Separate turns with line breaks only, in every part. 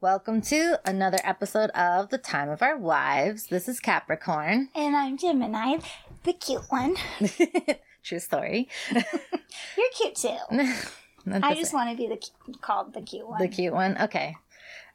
Welcome to another episode of The Time of Our Wives. This is Capricorn.
And I'm Gemini, the cute one.
True story.
You're cute too.
Not
I
Mm, the
just
same.
want to be the cu- called the cute one,
the
the,
cute one. Okay.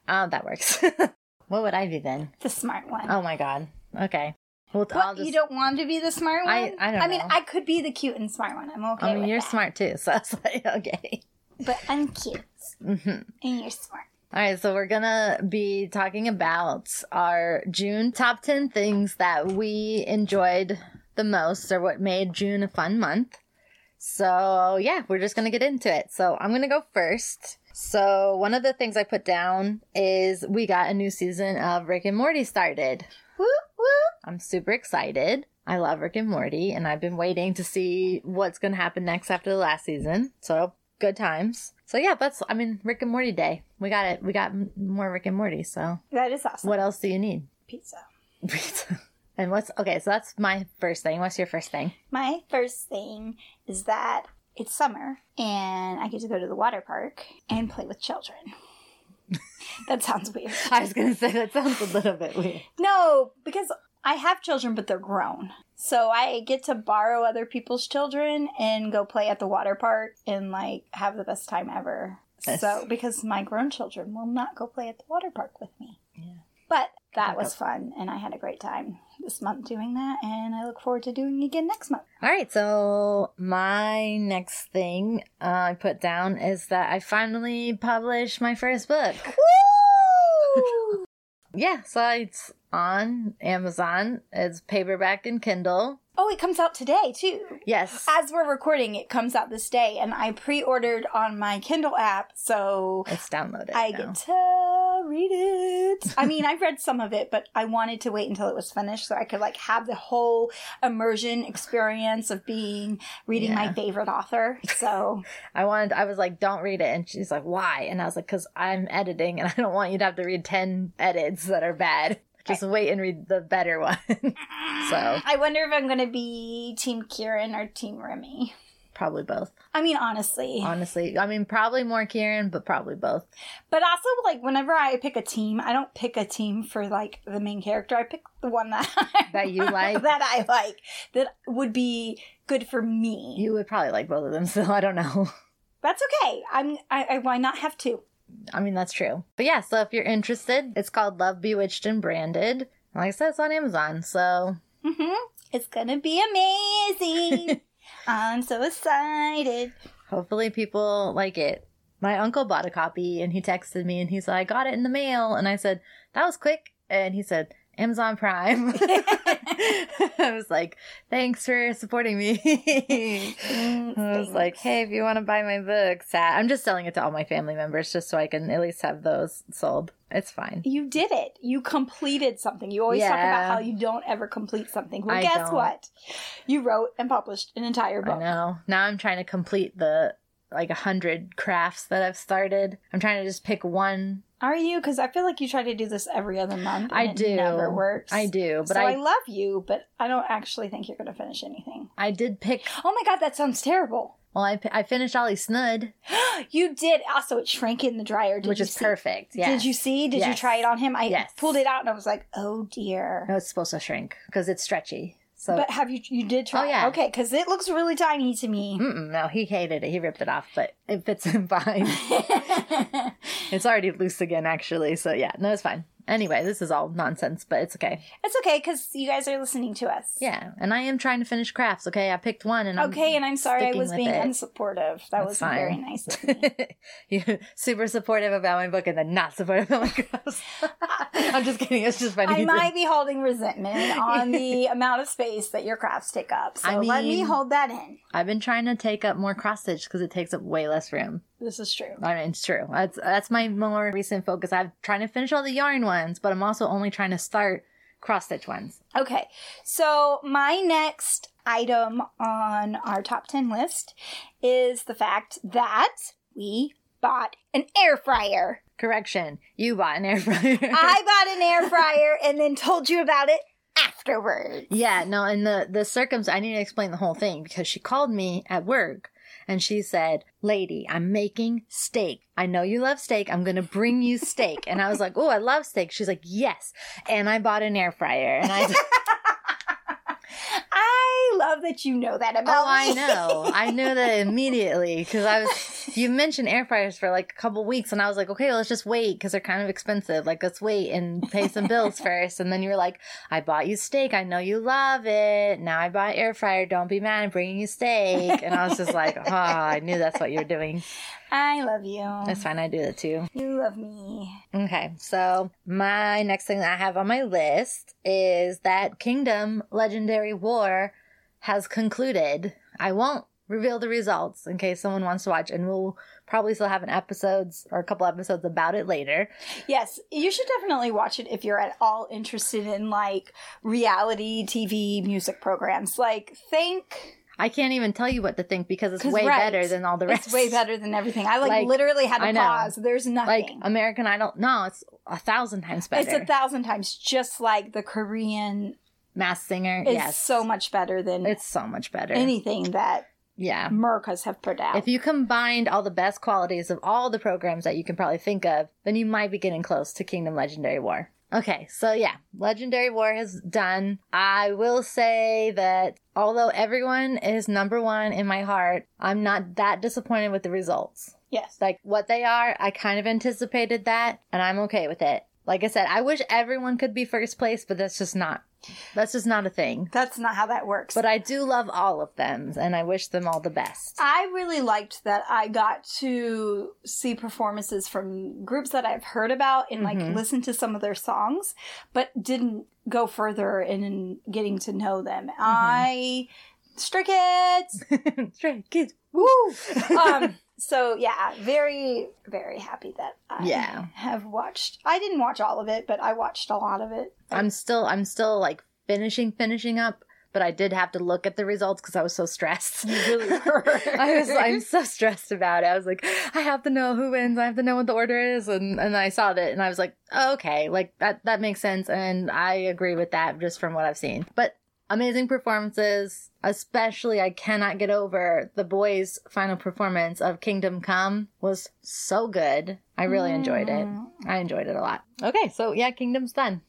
Um, that works. what would I be then?
smart one.
Oh my god. Okay. Well,
What,
I'll just,
you don't want to be the smart one?
I- I don't
mean,
know.
I could be the cute and smart one. I'm okay
I mean,
with
you're
that.
smart too, so I was like, okay.
But I'm cute,
Mhm.
and you're smart.
All right, so we're gonna be talking about our June top 10 things that we enjoyed the most or what made June a fun month. So, yeah, we're just gonna get into it. So, I'm gonna go first. So, one of the things I put down is we got a new season of Rick and Morty started.
Woo woo.
I'm super excited. I love Rick and Morty, and I've been waiting to see what's gonna happen next after the last season. So good times. So yeah, that's I mean Rick and Morty day. We got it. We got m- more Rick and Morty. So
That is awesome.
what else do you need?
Pizza.
and what's okay? So that's my first thing. What's your first thing?
My first thing is that it's summer, and I get to go to the water park and play with children. that sounds weird.
I was gonna say that sounds a little bit weird.
No, because I have children, but they're grown. So I get to borrow other people's children and go play at the water park and like have the best time ever.
Yes.
So because my grown children will not go play at the water park with me. Yeah. But that was fun and I had a great time this month doing that and I look forward to doing it again next month.
All right, so my next thing uh, I put down is that I finally published my first book.
Woo!
Yeah, so it's on Amazon. It's paperback and Kindle.
oh, it comes out today too.
Yes.
As we're recording, it comes out this day and I pre-ordered on my Kindle app, so
It's downloaded.
I
now.
get to read it. I mean, I've read some of it, but I wanted to wait until it was finished so I could like have the whole immersion experience of being reading
Yeah.
my favorite author. So
I wanted I was like, don't read it and she's like, Why? And I was like, Because I'm editing and I don't want you to have to read ten edits that are bad. Just wait and read the better one. so
I wonder if I'm going to be Team Kieran or Team Remy.
probably both.
I mean, honestly.
Honestly. I mean probably more Kieran, but probably both.
But also, like, whenever I pick a team, I don't pick a team for like the main character. I pick the one that
That you like?
that I like, that would be good for me.
You would probably like both of them, so I don't know.
That's okay. I'm. I, I why not have two?
I mean that's true. But yeah, so if you're interested, it's called Love Bewitched and Branded. Like I said, it's on Amazon, so
hmm It's gonna be amazing. I'm so excited.
Hopefully, people like it. My uncle bought a copy and he texted me and he said, I got it in the mail. And I said, That was quick. And he said, Amazon Prime. I was like, Thanks for supporting me. I was like, Hey, if you want to buy my books, uh, I'm just selling it to all my family members just so I can at least have those sold. It's fine.
you did it. You completed something. You always talk
Yeah.
about how you don't ever complete something. Well,
I
guess
don't.
what? You wrote and published an entire
I
book.
know. Now I'm trying to complete the like a hundred crafts that I've started. I'm trying to just pick one.
Are you? Because I feel like you try to do this every other month. And
I
it
do.
Never works.
I do, but
so I,
I
love you, but I don't actually think you're going to finish anything.
I did pick
Oh my god, that sounds terrible.
Well, I, I finished Ollie Snud,
You did. Also, it shrank in the dryer. Did
which
you
is
see-
perfect. Yeah.
Did you see? Did
Yes.
you try it on him? I
Yes.
pulled it out and I was like, oh dear.
No, it's supposed to shrink because it's stretchy. So,
But have you? You did try?
Oh, yeah. Mm-hmm.
Okay, because it looks really tiny to me.
Mm-mm, no, he hated it. He ripped it off, but it fits him fine. it's already loose again, actually. So, yeah, no, it's fine. Anyway, this is all nonsense, but it's okay.
it's okay because you guys are listening to us.
Yeah, and I am trying to finish crafts, okay? I picked one and I'm
Okay, and I'm sorry I
sticking
was
with
being
it.
unsupportive. That
That's
was
fine.
very nice of me.
You're super supportive about my book and then not supportive about my crafts. I'm just kidding. It's just funny.
I might be holding resentment on the amount of space that your crafts take up. So
I
let me
mean-
hold that in.
I've been trying to take up more cross stitch because it takes up way less room.
This is true.
I mean, it's true. That's that's my more recent focus. I'm trying to finish all the yarn ones, but I'm also only trying to start cross stitch ones.
Okay, so my next item on our top 10 list is the fact that we bought an air fryer.
Correction, you bought an air fryer.
I bought an air fryer and then told you about it afterwards.
yeah, no, and the the circums. I need to explain the whole thing because she called me at work And she said, Lady, I'm making steak. I know you love steak. I'm going to bring you steak. And I was like, Oh, I love steak. She's like, Yes. And I bought an air fryer. And I,
I love that you know that
oh,
about me.
I know. I knew that immediately because I was, you mentioned air fryers for like a couple weeks. And I was like, Okay, let's just wait because they're kind of expensive. Like, let's wait and pay some bills first. And then you were like, I bought you steak. I know you love it. Now I bought air fryer. Don't be mad. I'm bringing you steak. And I was just like, Oh, I knew that's what you're doing.
I love you.
That's fine. I do that too.
You love me.
Okay. So, my next thing that I have on my list is that Kingdom Legendary War has concluded. I won't reveal the results in case someone wants to watch, and we'll probably still have an episodes or a couple episodes about it later.
Yes, you should definitely watch it if you're at all interested in like reality TV music programs. Like, think
I can't even tell you what to think because it's
'Cause
way
right.
better than all the rest.
it's way better than everything. I like,
Like,
literally had
I
to
know.
pause. There's
Like
nothing.
American Idol, no, it's a thousand times better.
it's a thousand times just like the Korean.
Mass Singer,
It's
yes,
so much better than
it's so much better.
anything that
yeah,
Merkas have put out.
If you combined all the best qualities of all the programs that you can probably think of, then you might be getting close to Kingdom Legendary War. Okay, so yeah, Legendary War has done. I will say that although everyone is number one in my heart, I'm not that disappointed with the results.
yes.
Like what they are, I kind of anticipated that, and I'm okay with it. Like I said, I wish everyone could be first place, but that's just not that's just not a thing.
That's not how that works.
But I do love all of them, and I wish them all the best.
I really liked that I got to see performances from groups that I've heard about and like
Mhm.
listen to some of their songs, but didn't go further in, in getting to know them.
Mm-hmm.
I Stray Kids,
Stray kids,
woo! um, so yeah, very very happy that I
Yeah.
have watched. I didn't watch all of it, but I watched a lot of it.
I'm still I'm still like finishing finishing up, but I did have to look at the results because I was so stressed.
You really were.
I was I'm so stressed about it. I was like, I have to know who wins. I have to know what the order is, and and I saw that, and I was like, oh, okay, like that that makes sense, and I agree with that just from what I've seen. But amazing performances, especially I cannot get over the boys' final performance of Kingdom Come was so good. I really enjoyed it.
Mm.
I enjoyed it a lot. Okay, so yeah, Kingdom's done.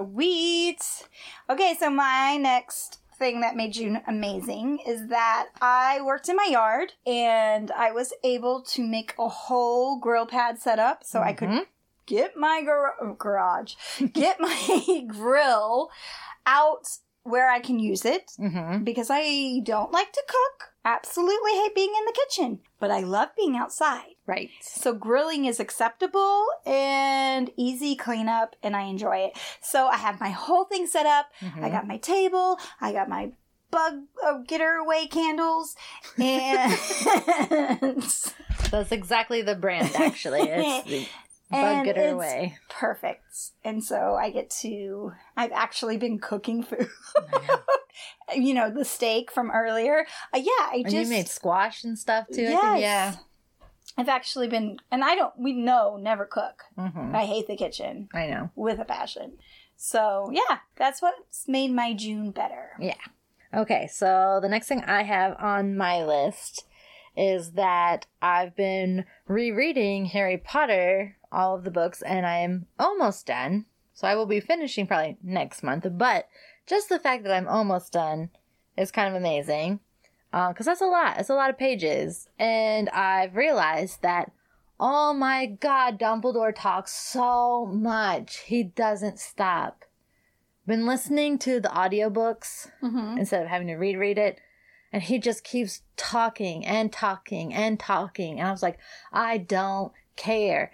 Sweet. Okay, so my next thing that made June amazing is that I worked in my yard and I was able to make a whole grill pad setup so I could
Mhm.
get my gar- garage, get my grill out where I can use it
Mm-hmm.
because I don't like to cook. Absolutely hate being in the kitchen, but I love being outside.
Right.
So grilling is acceptable and easy cleanup, and I enjoy it. So I have my whole thing set up.
Mm-hmm.
I got my table. I got my bug uh, getter away candles, and
That's exactly the brand, actually. It's the bug
And
getter
it's-
away.
perfect. And so I get to. I've actually been cooking food. you know the steak from earlier. Uh, yeah, I
And
just
you made squash and stuff too. I think. Yeah.
Yes. I've actually been, and I don't. We know never cook.
hmm
I hate the kitchen.
I know.
with a passion. So yeah, that's what's made my June better.
Okay, so the next thing I have on my list is that I've been rereading Harry Potter, all of the books, and I am almost done. So I will be finishing probably next month, but just the fact that I'm almost done is kind of amazing because that's a lot. It's a lot of pages. And I've realized that, oh my god, Dumbledore talks so much. He doesn't stop. Been listening to the audiobooks
Mm-hmm.
instead of having to reread it. And he just keeps talking and talking and talking. And I was like, I don't care.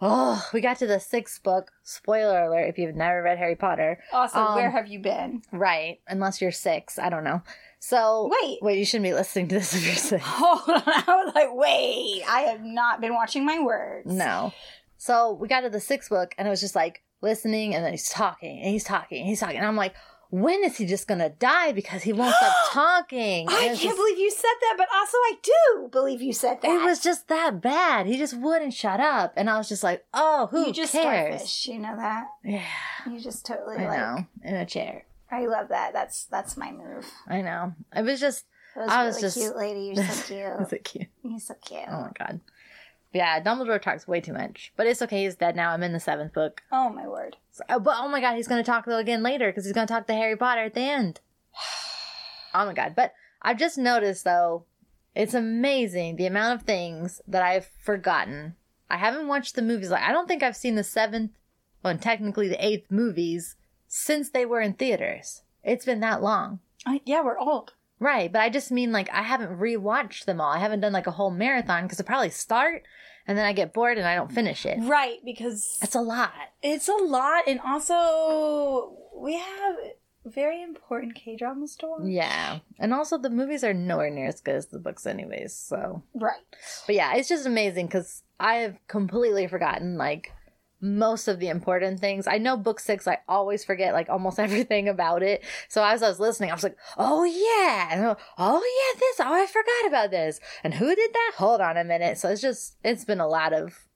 Oh, we got to the sixth book. Spoiler alert if you've never read Harry Potter.
Also,
Um,
where have you been?
Right. Unless you're six. I don't know. So.
Wait,
Well, you shouldn't be listening to this if you're six.
hold on. I was like, wait, I have not been watching my words.
No. So we got to the sixth book, and it was just like listening, and then he's talking, and he's talking, and he's talking. And I'm like, when is he just going to die? Because he won't stop talking.
I
And it
can't
was just-
believe you said that, but also I do believe you said that.
It was just that bad. He just wouldn't shut up, and I was just like, "Oh, who
you just
cares?"
starfish. You know that.
Yeah,
You just totally
I
like.
know. In a chair,
I love that. That's that's my move.
I know. It was just
It was,
I
really
was just-
cute, lady. You're so
Is
cute.
it cute?
You're so cute.
Oh my god. Yeah, Dumbledore talks way too much, but it's okay. He's dead now. I'm in the seventh book.
Oh my word.
So- oh, but oh my god, he's gonna talk though again later because he's gonna talk to Harry Potter at the end. Oh my god! But I've just noticed though, it's amazing the amount of things that I've forgotten. I haven't watched the movies. Like I don't think I've seen the seventh, well, and technically the eighth movies since they were in theaters. It's been that long.
I, yeah, we're old.
Right, but I just mean like I haven't rewatched them all. I haven't done like a whole marathon because I probably start and then I get bored and I don't finish it.
Right, because
That's a lot.
it's a lot, and also we have very important K dramas to watch.
Yeah, and also the movies are nowhere near as good as the books, anyways. So,
Right.
but yeah, it's just amazing because I have completely forgotten like most of the important things. I know book six, I always forget like almost everything about it. So as I was listening, I was like, oh yeah, and, oh yeah, this, oh, I forgot about this. And who did that? Hold on a minute. So it's just, it's been a lot of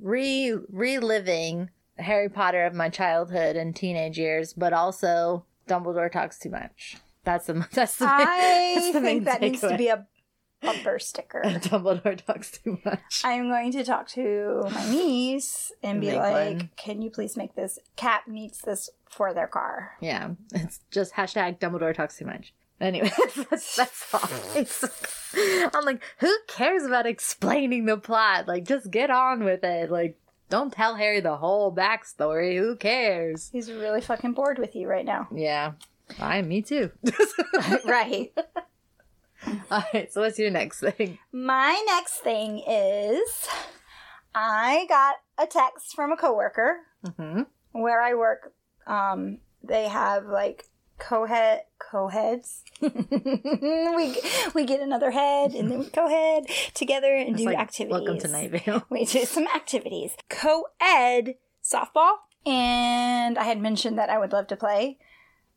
re reliving Harry Potter of my childhood and teenage years, but also Dumbledore talks too much. That's the, that's the,
I
that's the main
think that needs to
takeaway.
be a bumper sticker.
Dumbledore talks too much.
I'm going to talk to my niece and be
Make
like,
one.
"Can you please make this? Cap needs this for their car."
Yeah, it's just hashtag Dumbledore talks too much. Anyway, that's, that's all. It's- I'm like, who cares about explaining the plot? Like, just get on with it. Like, don't tell Harry the whole backstory. Who cares?
He's really fucking bored with you right now.
Yeah, I me too.
right.
all right, so what's your next thing?
My next thing is I got a text from a coworker
Mm-hmm.
where I work. Um, they have like co-head co-heads. Mm, we we get another head and then we co-head together and do activities.
Welcome to Night Vale.
We do some activities. Co-ed softball and I had mentioned that I would love to play,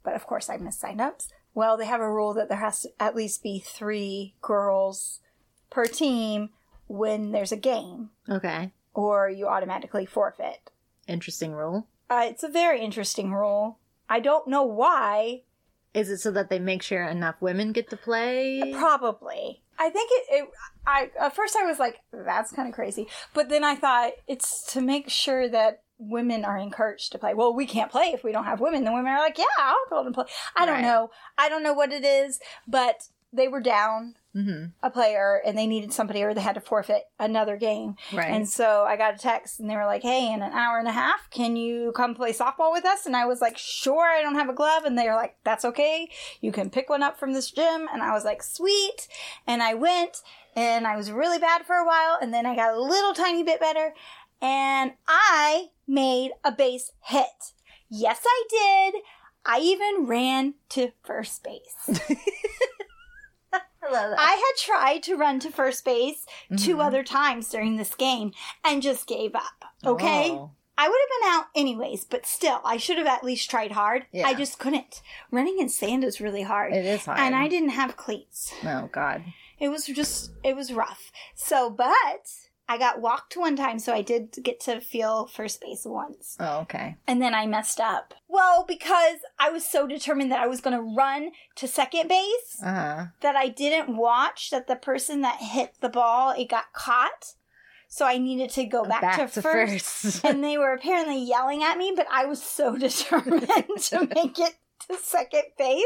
but of course I missed signups. Well, they have a rule that there has to at least be three girls per team when there's a game,
Okay,
or you automatically forfeit.
interesting rule.
Uh, it's a very interesting rule. I don't know why.
Is it so that they make sure enough women get to play?
Probably. I think it. it I at first I was like, that's kind of crazy, but then I thought it's to make sure that women are encouraged to play. Well, we can't play if we don't have women. The women are like, yeah, I'll go and play. I don't
Right.
know. I don't know what it is, but they were down
mm-hmm.
a player and they needed somebody or they had to forfeit another game.
Right.
And so I got a text and they were like, hey, in an hour and a half, can you come play softball with us? And I was like, sure, I don't have a glove. And they were like, that's okay. You can pick one up from this gym. And I was like, sweet. And I went and I was really bad for a while. And then I got a little tiny bit better and I made a base hit. Yes, I did. I even ran to first base.
I love
I had tried to run to first base two
Mhm.
other times during this game and just gave up. Okay?
Oh.
I would have been out anyways, but still, I should have at least tried hard.
Yeah.
I just couldn't. Running in sand is really hard.
It is hard.
And I didn't have cleats.
Oh God.
It was just, it was rough. So, but I got walked one time, so I did get to feel first base once.
Oh okay.
And then I messed up. Well, because I was so determined that I was going to run to second base
Uh huh.
that I didn't watch that the person that hit the ball it got caught. So I needed to go back, to, first. and they were apparently yelling at me, but I was so determined to make it to second base.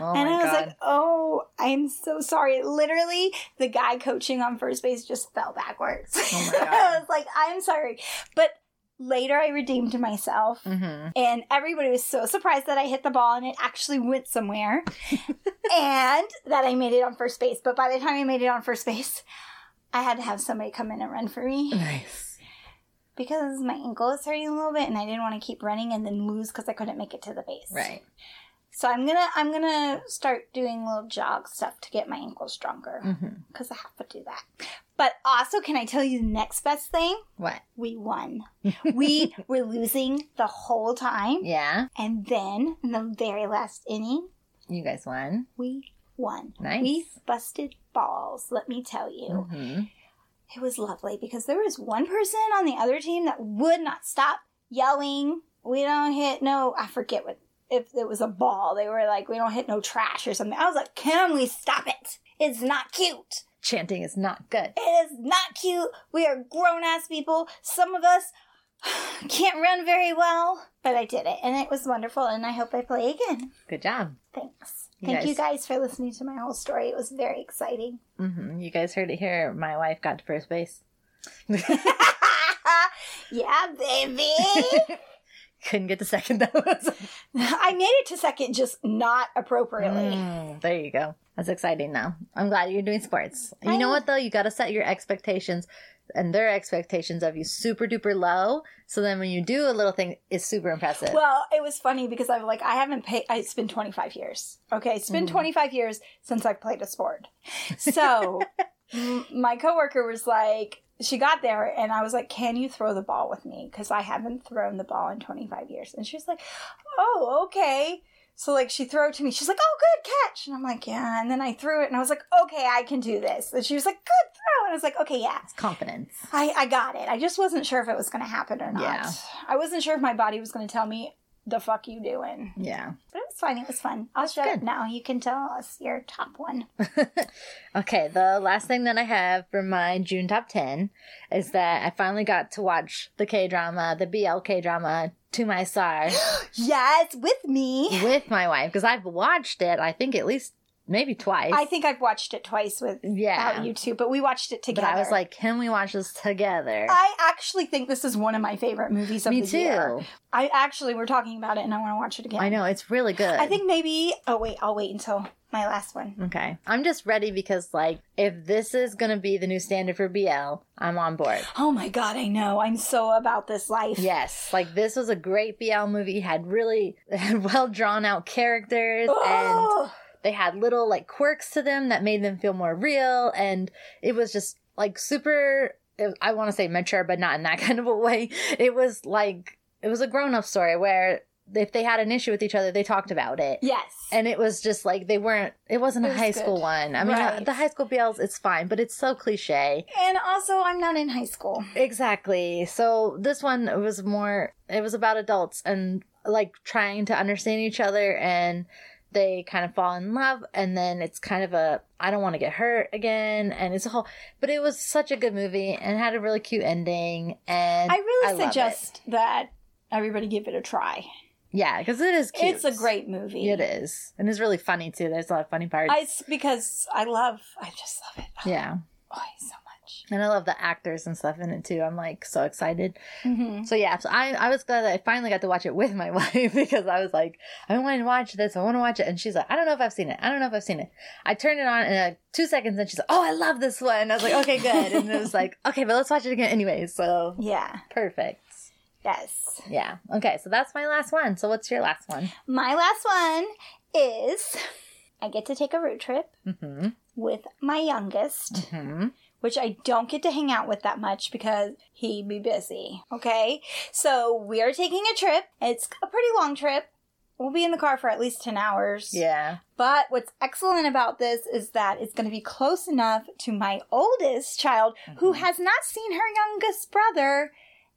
oh
and
my
I was
god.
like, "Oh, I'm so sorry." Literally, the guy coaching on first base just fell backwards.
Oh my
I
God.
was like, "I'm sorry," but later I redeemed myself.
mm-hmm.
And everybody was so surprised that I hit the ball and it actually went somewhere. and that I made it on first base. But by the time I made it on first base, I had to have somebody come in and run for me
Nice.
because my ankle is hurting a little bit and I didn't want to keep running and then lose because I couldn't make it to the base.
Right.
So I'm gonna I'm gonna start doing little jog stuff to get my ankle stronger
Mm-hmm.
because I have to do that. But also, can I tell you the next best thing?
What?
We won. we were losing the whole time.
Yeah.
And then, in the very last inning,
You guys won.
we won.
Nice.
We busted balls, let me tell you.
Mm-hmm.
It was lovely because there was one person on the other team that would not stop yelling. We don't hit no, I forget what if it was a ball. They were like, we don't hit no trash or something. I was like, can we stop it? It's not cute.
Chanting is not good.
It is not cute. We are grown ass people. Some of us can't run very well, but I did it and it was wonderful. And I hope I play again.
Good job.
Thanks.
You
Thank you
guys-
guys for listening to my whole story. It was very exciting.
hmm You guys heard it here. My wife got to first base.
yeah, baby.
Couldn't get to second though.
I made it to second, just not appropriately.
Mm, there you go. That's exciting now. I'm glad you're doing sports. You
I
know
know.
what though? You got to set your expectations and their expectations of you super duper low. So then when you do a little thing, it's super impressive.
Well, it was funny because I'm like, I haven't paid, I- it's been 25 years. Okay, it's been
Mhm.
25 years since I've played a sport. So m- my coworker was like, she got there and I was like, Can you throw the ball with me? Because I haven't thrown the ball in 25 years. And she was like, Oh, okay. So like she threw it to me. She's like, "Oh, good catch!" And I'm like, "Yeah." And then I threw it, and I was like, "Okay, I can do this." And she was like, "Good throw!" And I was like, "Okay, yeah."
it's confidence.
I, I got it. I just wasn't sure if it was going to happen or not.
Yeah.
I wasn't sure if my body was going to tell me the fuck you doing.
Yeah.
But it was fun. It was fun. I'll shut
good.
up now. You can tell us your top one.
Okay, the last thing that I have for my June top 10 is that I finally got to watch the K drama, the BLK drama, To My Star
yes, with me.
with my wife because I've watched it, I think at least maybe twice.
I think I've watched it twice with
yeah.
you two, but we watched it
but
together.
I was like, can we watch this together?
I actually think this is one of my favorite movies of
Me
the
too.
year. I actually we're talking about it, and I want to watch it again.
I know it's really good.
I think maybe. Oh wait, I'll wait until my last one.
Okay, I'm just ready because like if this is gonna be the new standard for BL, I'm on board.
Oh my god, I know. I'm so about this life.
Yes, like this was a great BL movie. Had really had well drawn out characters and
Oh!
they had little like quirks to them that made them feel more real and it was just like super it- i want to say mature but not in that kind of a way it was like it was a grown-up story where if they had an issue with each other they talked about it
yes.
and it was just like they weren't it wasn't
It
a
was
high
good.
school one i mean
Right.
the high school bls it's fine but it's so cliche
And also, I'm not in high school.
exactly so this one was more it was about adults and like trying to understand each other and they kind of fall in love and then it's kind of a i don't want to get hurt again and it's a whole but it was such a good movie and had a really cute ending and
I really
love it.
suggest that everybody give it a try.
yeah because it is cute
It's a great movie.
it is and it's really funny too there's a lot of funny parts
I, it's because I love, I just love it. Oh,
yeah
oh, so much.
and i love the actors and stuff in it too i'm like so excited
Mhm.
So yeah, so I I was glad that I finally got to watch it with my wife because I was like, I want to watch this, I want to watch it, and she's like, I don't know if I've seen it, I don't know if I've seen it. I turned it on in like two seconds, and she's like, Oh, I love this one. I was like, Okay, good. And it was like, Okay, but let's watch it again anyway. So
Yeah.
perfect.
Yes.
Yeah. Okay. So that's my last one. So what's your last one?
My last one is I get to take a road trip
Mm-hmm.
with my youngest,
hmm
which I don't get to hang out with that much because he be busy. Okay. So we're taking a trip. It's a pretty long trip. We'll be in the car for at least 10 hours.
Yeah.
But what's excellent about this is that it's going to be close enough to my oldest child who
Mhm.
has not seen her youngest brother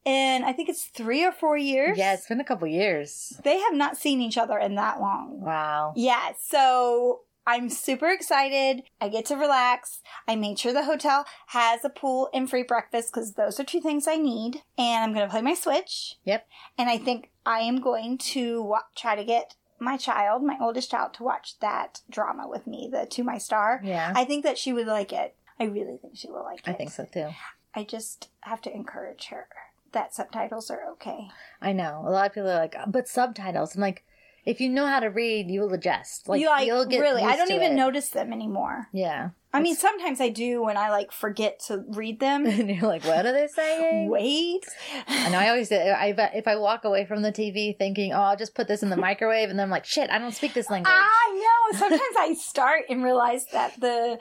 in, I think it's three or four years.
Yeah. It's been a couple years.
They have not seen each other in that long.
Wow.
Yeah, so I'm super excited. I get to relax. I made sure the hotel has a pool and free breakfast because those are two things I need. And I'm going to play my Switch.
Yep.
And I think I am going to wa- try to get my child, my oldest child, to watch that drama with me, the To My Star.
Yeah.
I think that she would like it. I really think she will like it.
I think so too.
I just have to encourage her that subtitles are okay.
I know. A lot of people are like, but subtitles. I'm like, if you know how to read, you will adjust. Like,
You, like,
you'll get
really, I
used
don't
to
even
it.
notice them anymore.
Yeah.
I mean, sometimes I do when I like forget to read them.
and you're like, what are they saying?
Wait.
I know I always do. I, if I walk away from the TV thinking, oh, I'll just put this in the microwave, and then I'm like, shit, I don't speak this language.
Ah. I know. Sometimes I start and realize that the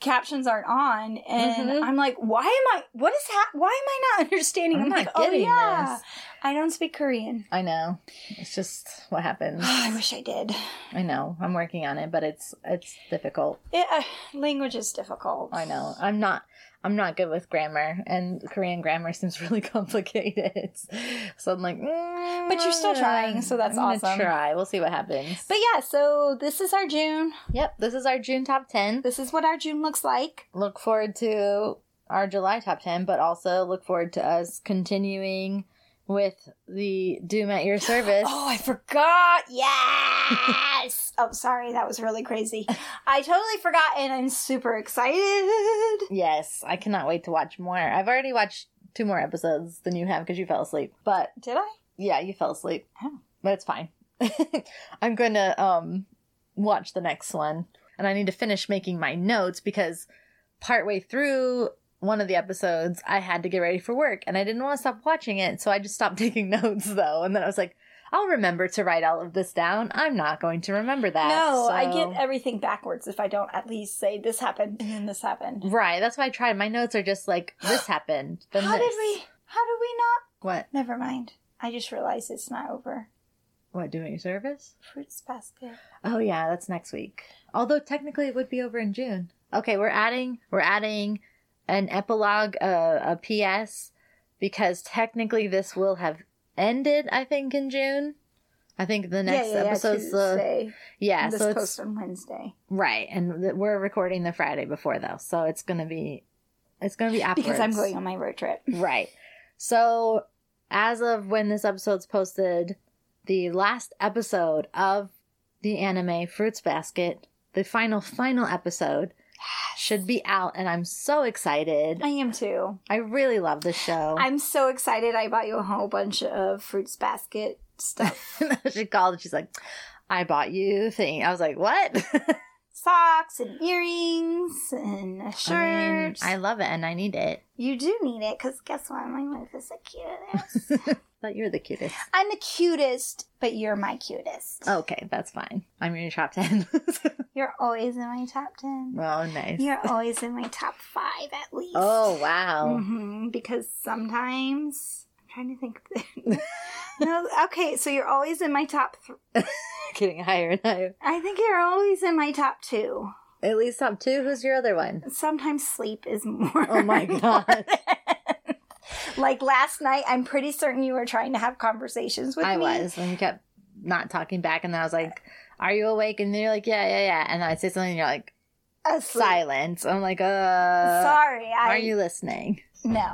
captions aren't on, and
Mhm.
I'm like, "Why am I? What is that? Why am I not understanding?"
I'm
I'm,
not
like, "Oh
getting
yeah,
this."
I don't speak Korean."
I know. It's just what happens.
I wish I did.
I know. I'm working on it, but it's it's difficult.
It, uh, language is difficult.
I know. I'm not. I'm not good with grammar, and Korean grammar seems really complicated. So I'm like, mm,
But you're still
uh,
trying, so that's
I'm gonna
awesome.
Try. We'll see what happens.
But yeah, so this is our June.
yep, this is our June top ten.
This is what our June looks like.
Look forward to our July top ten, but also look forward to us continuing with the Doom at Your Service.
Oh, I forgot. Yes. oh, sorry. That was really crazy. I totally forgot, and I'm super excited.
Yes, I cannot wait to watch more. I've already watched two more episodes than you have because you fell asleep. But
Did I?
yeah, you fell asleep.
Oh.
But it's fine. I'm going to um watch the next one and I need to finish making my notes because partway through one of the episodes I had to get ready for work and I didn't want to stop watching it, so I just stopped taking notes though. And then I was like, I'll remember to write all of this down. I'm not going to remember that.
No, I
so-
get everything backwards if I don't at least say this happened and then this happened.
Right, that's why I tried. My notes are just like this happened. Then
How did
this.
we? How did we not?
What?
Never mind. I just realized it's not over.
What doing service?
Fruits basket.
Oh yeah, that's next week. Although technically it would be over in June. Okay, we're adding we're adding an epilogue, uh, a PS, because technically this will have ended. I think in June. I think the next episode's the
Tuesday.
yeah.
this
So it's
post on Wednesday
right, and th- we're recording the Friday before though, so it's gonna be it's gonna be afterwards.
because I'm going on my road trip.
Right. So, as of when this episode's posted, the last episode of the anime Fruits Basket, the final, final episode, should be out, and I'm so excited.
I am too.
I really love this show.
I'm so excited. I bought you a whole bunch of fruits basket stuff,
she called and she's like, I bought you thing. I was like, what?
socks and earrings and a shirt.
I mean, I love it and I need it.
you do need it because guess what? My mouth is the cutest.
But you're the cutest.
I'm the cutest, but you're my cutest.
Okay, that's fine. I'm in your top 10.
You're always in my top 10.
oh, nice.
You're always in my top 5 at least.
Oh, wow.
hmm because sometimes I'm trying to think. no, okay, so you're always in my top th-
Getting higher and higher.
I think you're always in my top 2.
At least top two. Who's your other one?
Sometimes sleep is more.
Oh my god.
like last night, I'm pretty certain you were trying to have conversations with
I
me.
was and you kept not talking back and then I was like, Are you awake? And you're like, Yeah, yeah, yeah. And I'd say something and you're like,
Asleep.
silence. I'm like, uh
Sorry, I
are you listening?
no.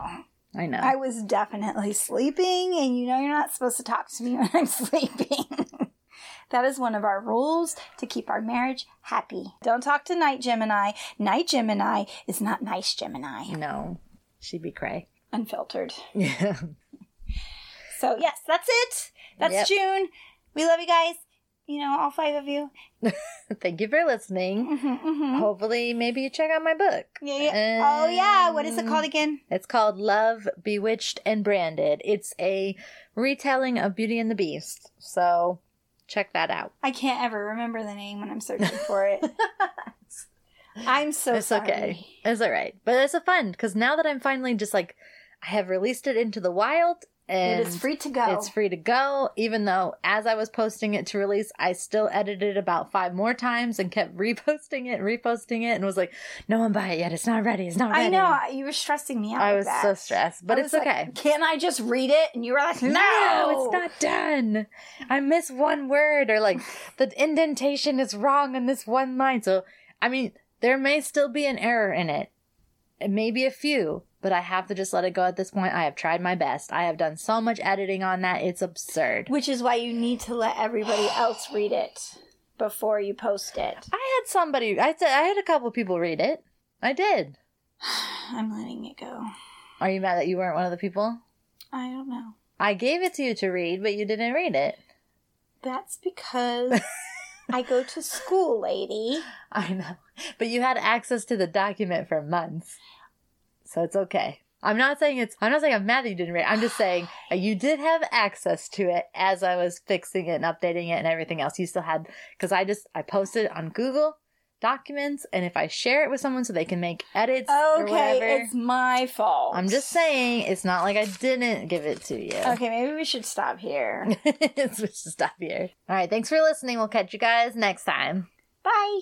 I know.
I was definitely sleeping, and you know you're not supposed to talk to me when I'm sleeping. that is one of our rules to keep our marriage happy. Don't talk to Night Gemini. Night Gemini is not nice Gemini.
no. She'd be cray.
Unfiltered.
Yeah.
So, yes, that's it. That's
Yep.
June. We love you guys. You know, all five of you.
Thank you for listening.
hmm
Mm-hmm.
hmm
Hopefully maybe you check out my book.
Yeah, yeah. oh, yeah. What is it
Um,
called again?
It's called Love, Bewitched, and Branded. It's a retelling of Beauty and the Beast. So check that out.
I can't ever remember the name when I'm searching for it. I'm so
it's
sorry.
okay. It's all right. But it's a fun because now that I'm finally just like, I have released it into the wild and
it is free to go.
It's free to go. Even though as I was posting it to release, I still edited it about five more times and kept reposting it, reposting it, and was like, "No one buy it yet. It's not ready. It's not ready."
I know I- you were stressing me out.
I
with
was
that.
so stressed, but
I
it's
was like,
okay.
Can I just read it? And you were like, No,
no, it's not done. I miss one word, or like the indentation is wrong in this one line. So, I mean, there may still be an error in it, it may be a few, but I have to just let it go at this point. I have tried my best. I have done so much editing on that; it's absurd.
Which is why you need to let everybody else read it before you post it.
I had somebody. I said I had a couple people read it. I did.
I'm letting it go.
Are you mad that you weren't one of the people?
I don't know.
I gave it to you to read, but you didn't read it.
That's because I go to school, lady.
I know. But you had access to the document for months. So it's okay. I'm not saying it's I'm not saying I'm mad that you didn't read it. I'm just saying you did have access to it as I was fixing it and updating it and everything else. You still had because I just I posted it on Google documents and if I share it with someone so they can make edits or
Okay,
whatever.
it's my fault.
I'm just saying it's not like I didn't give it to you.
Okay, maybe we should stop here.
Let's just stop here. All right, thanks for listening. We'll catch you guys next time.
Bye.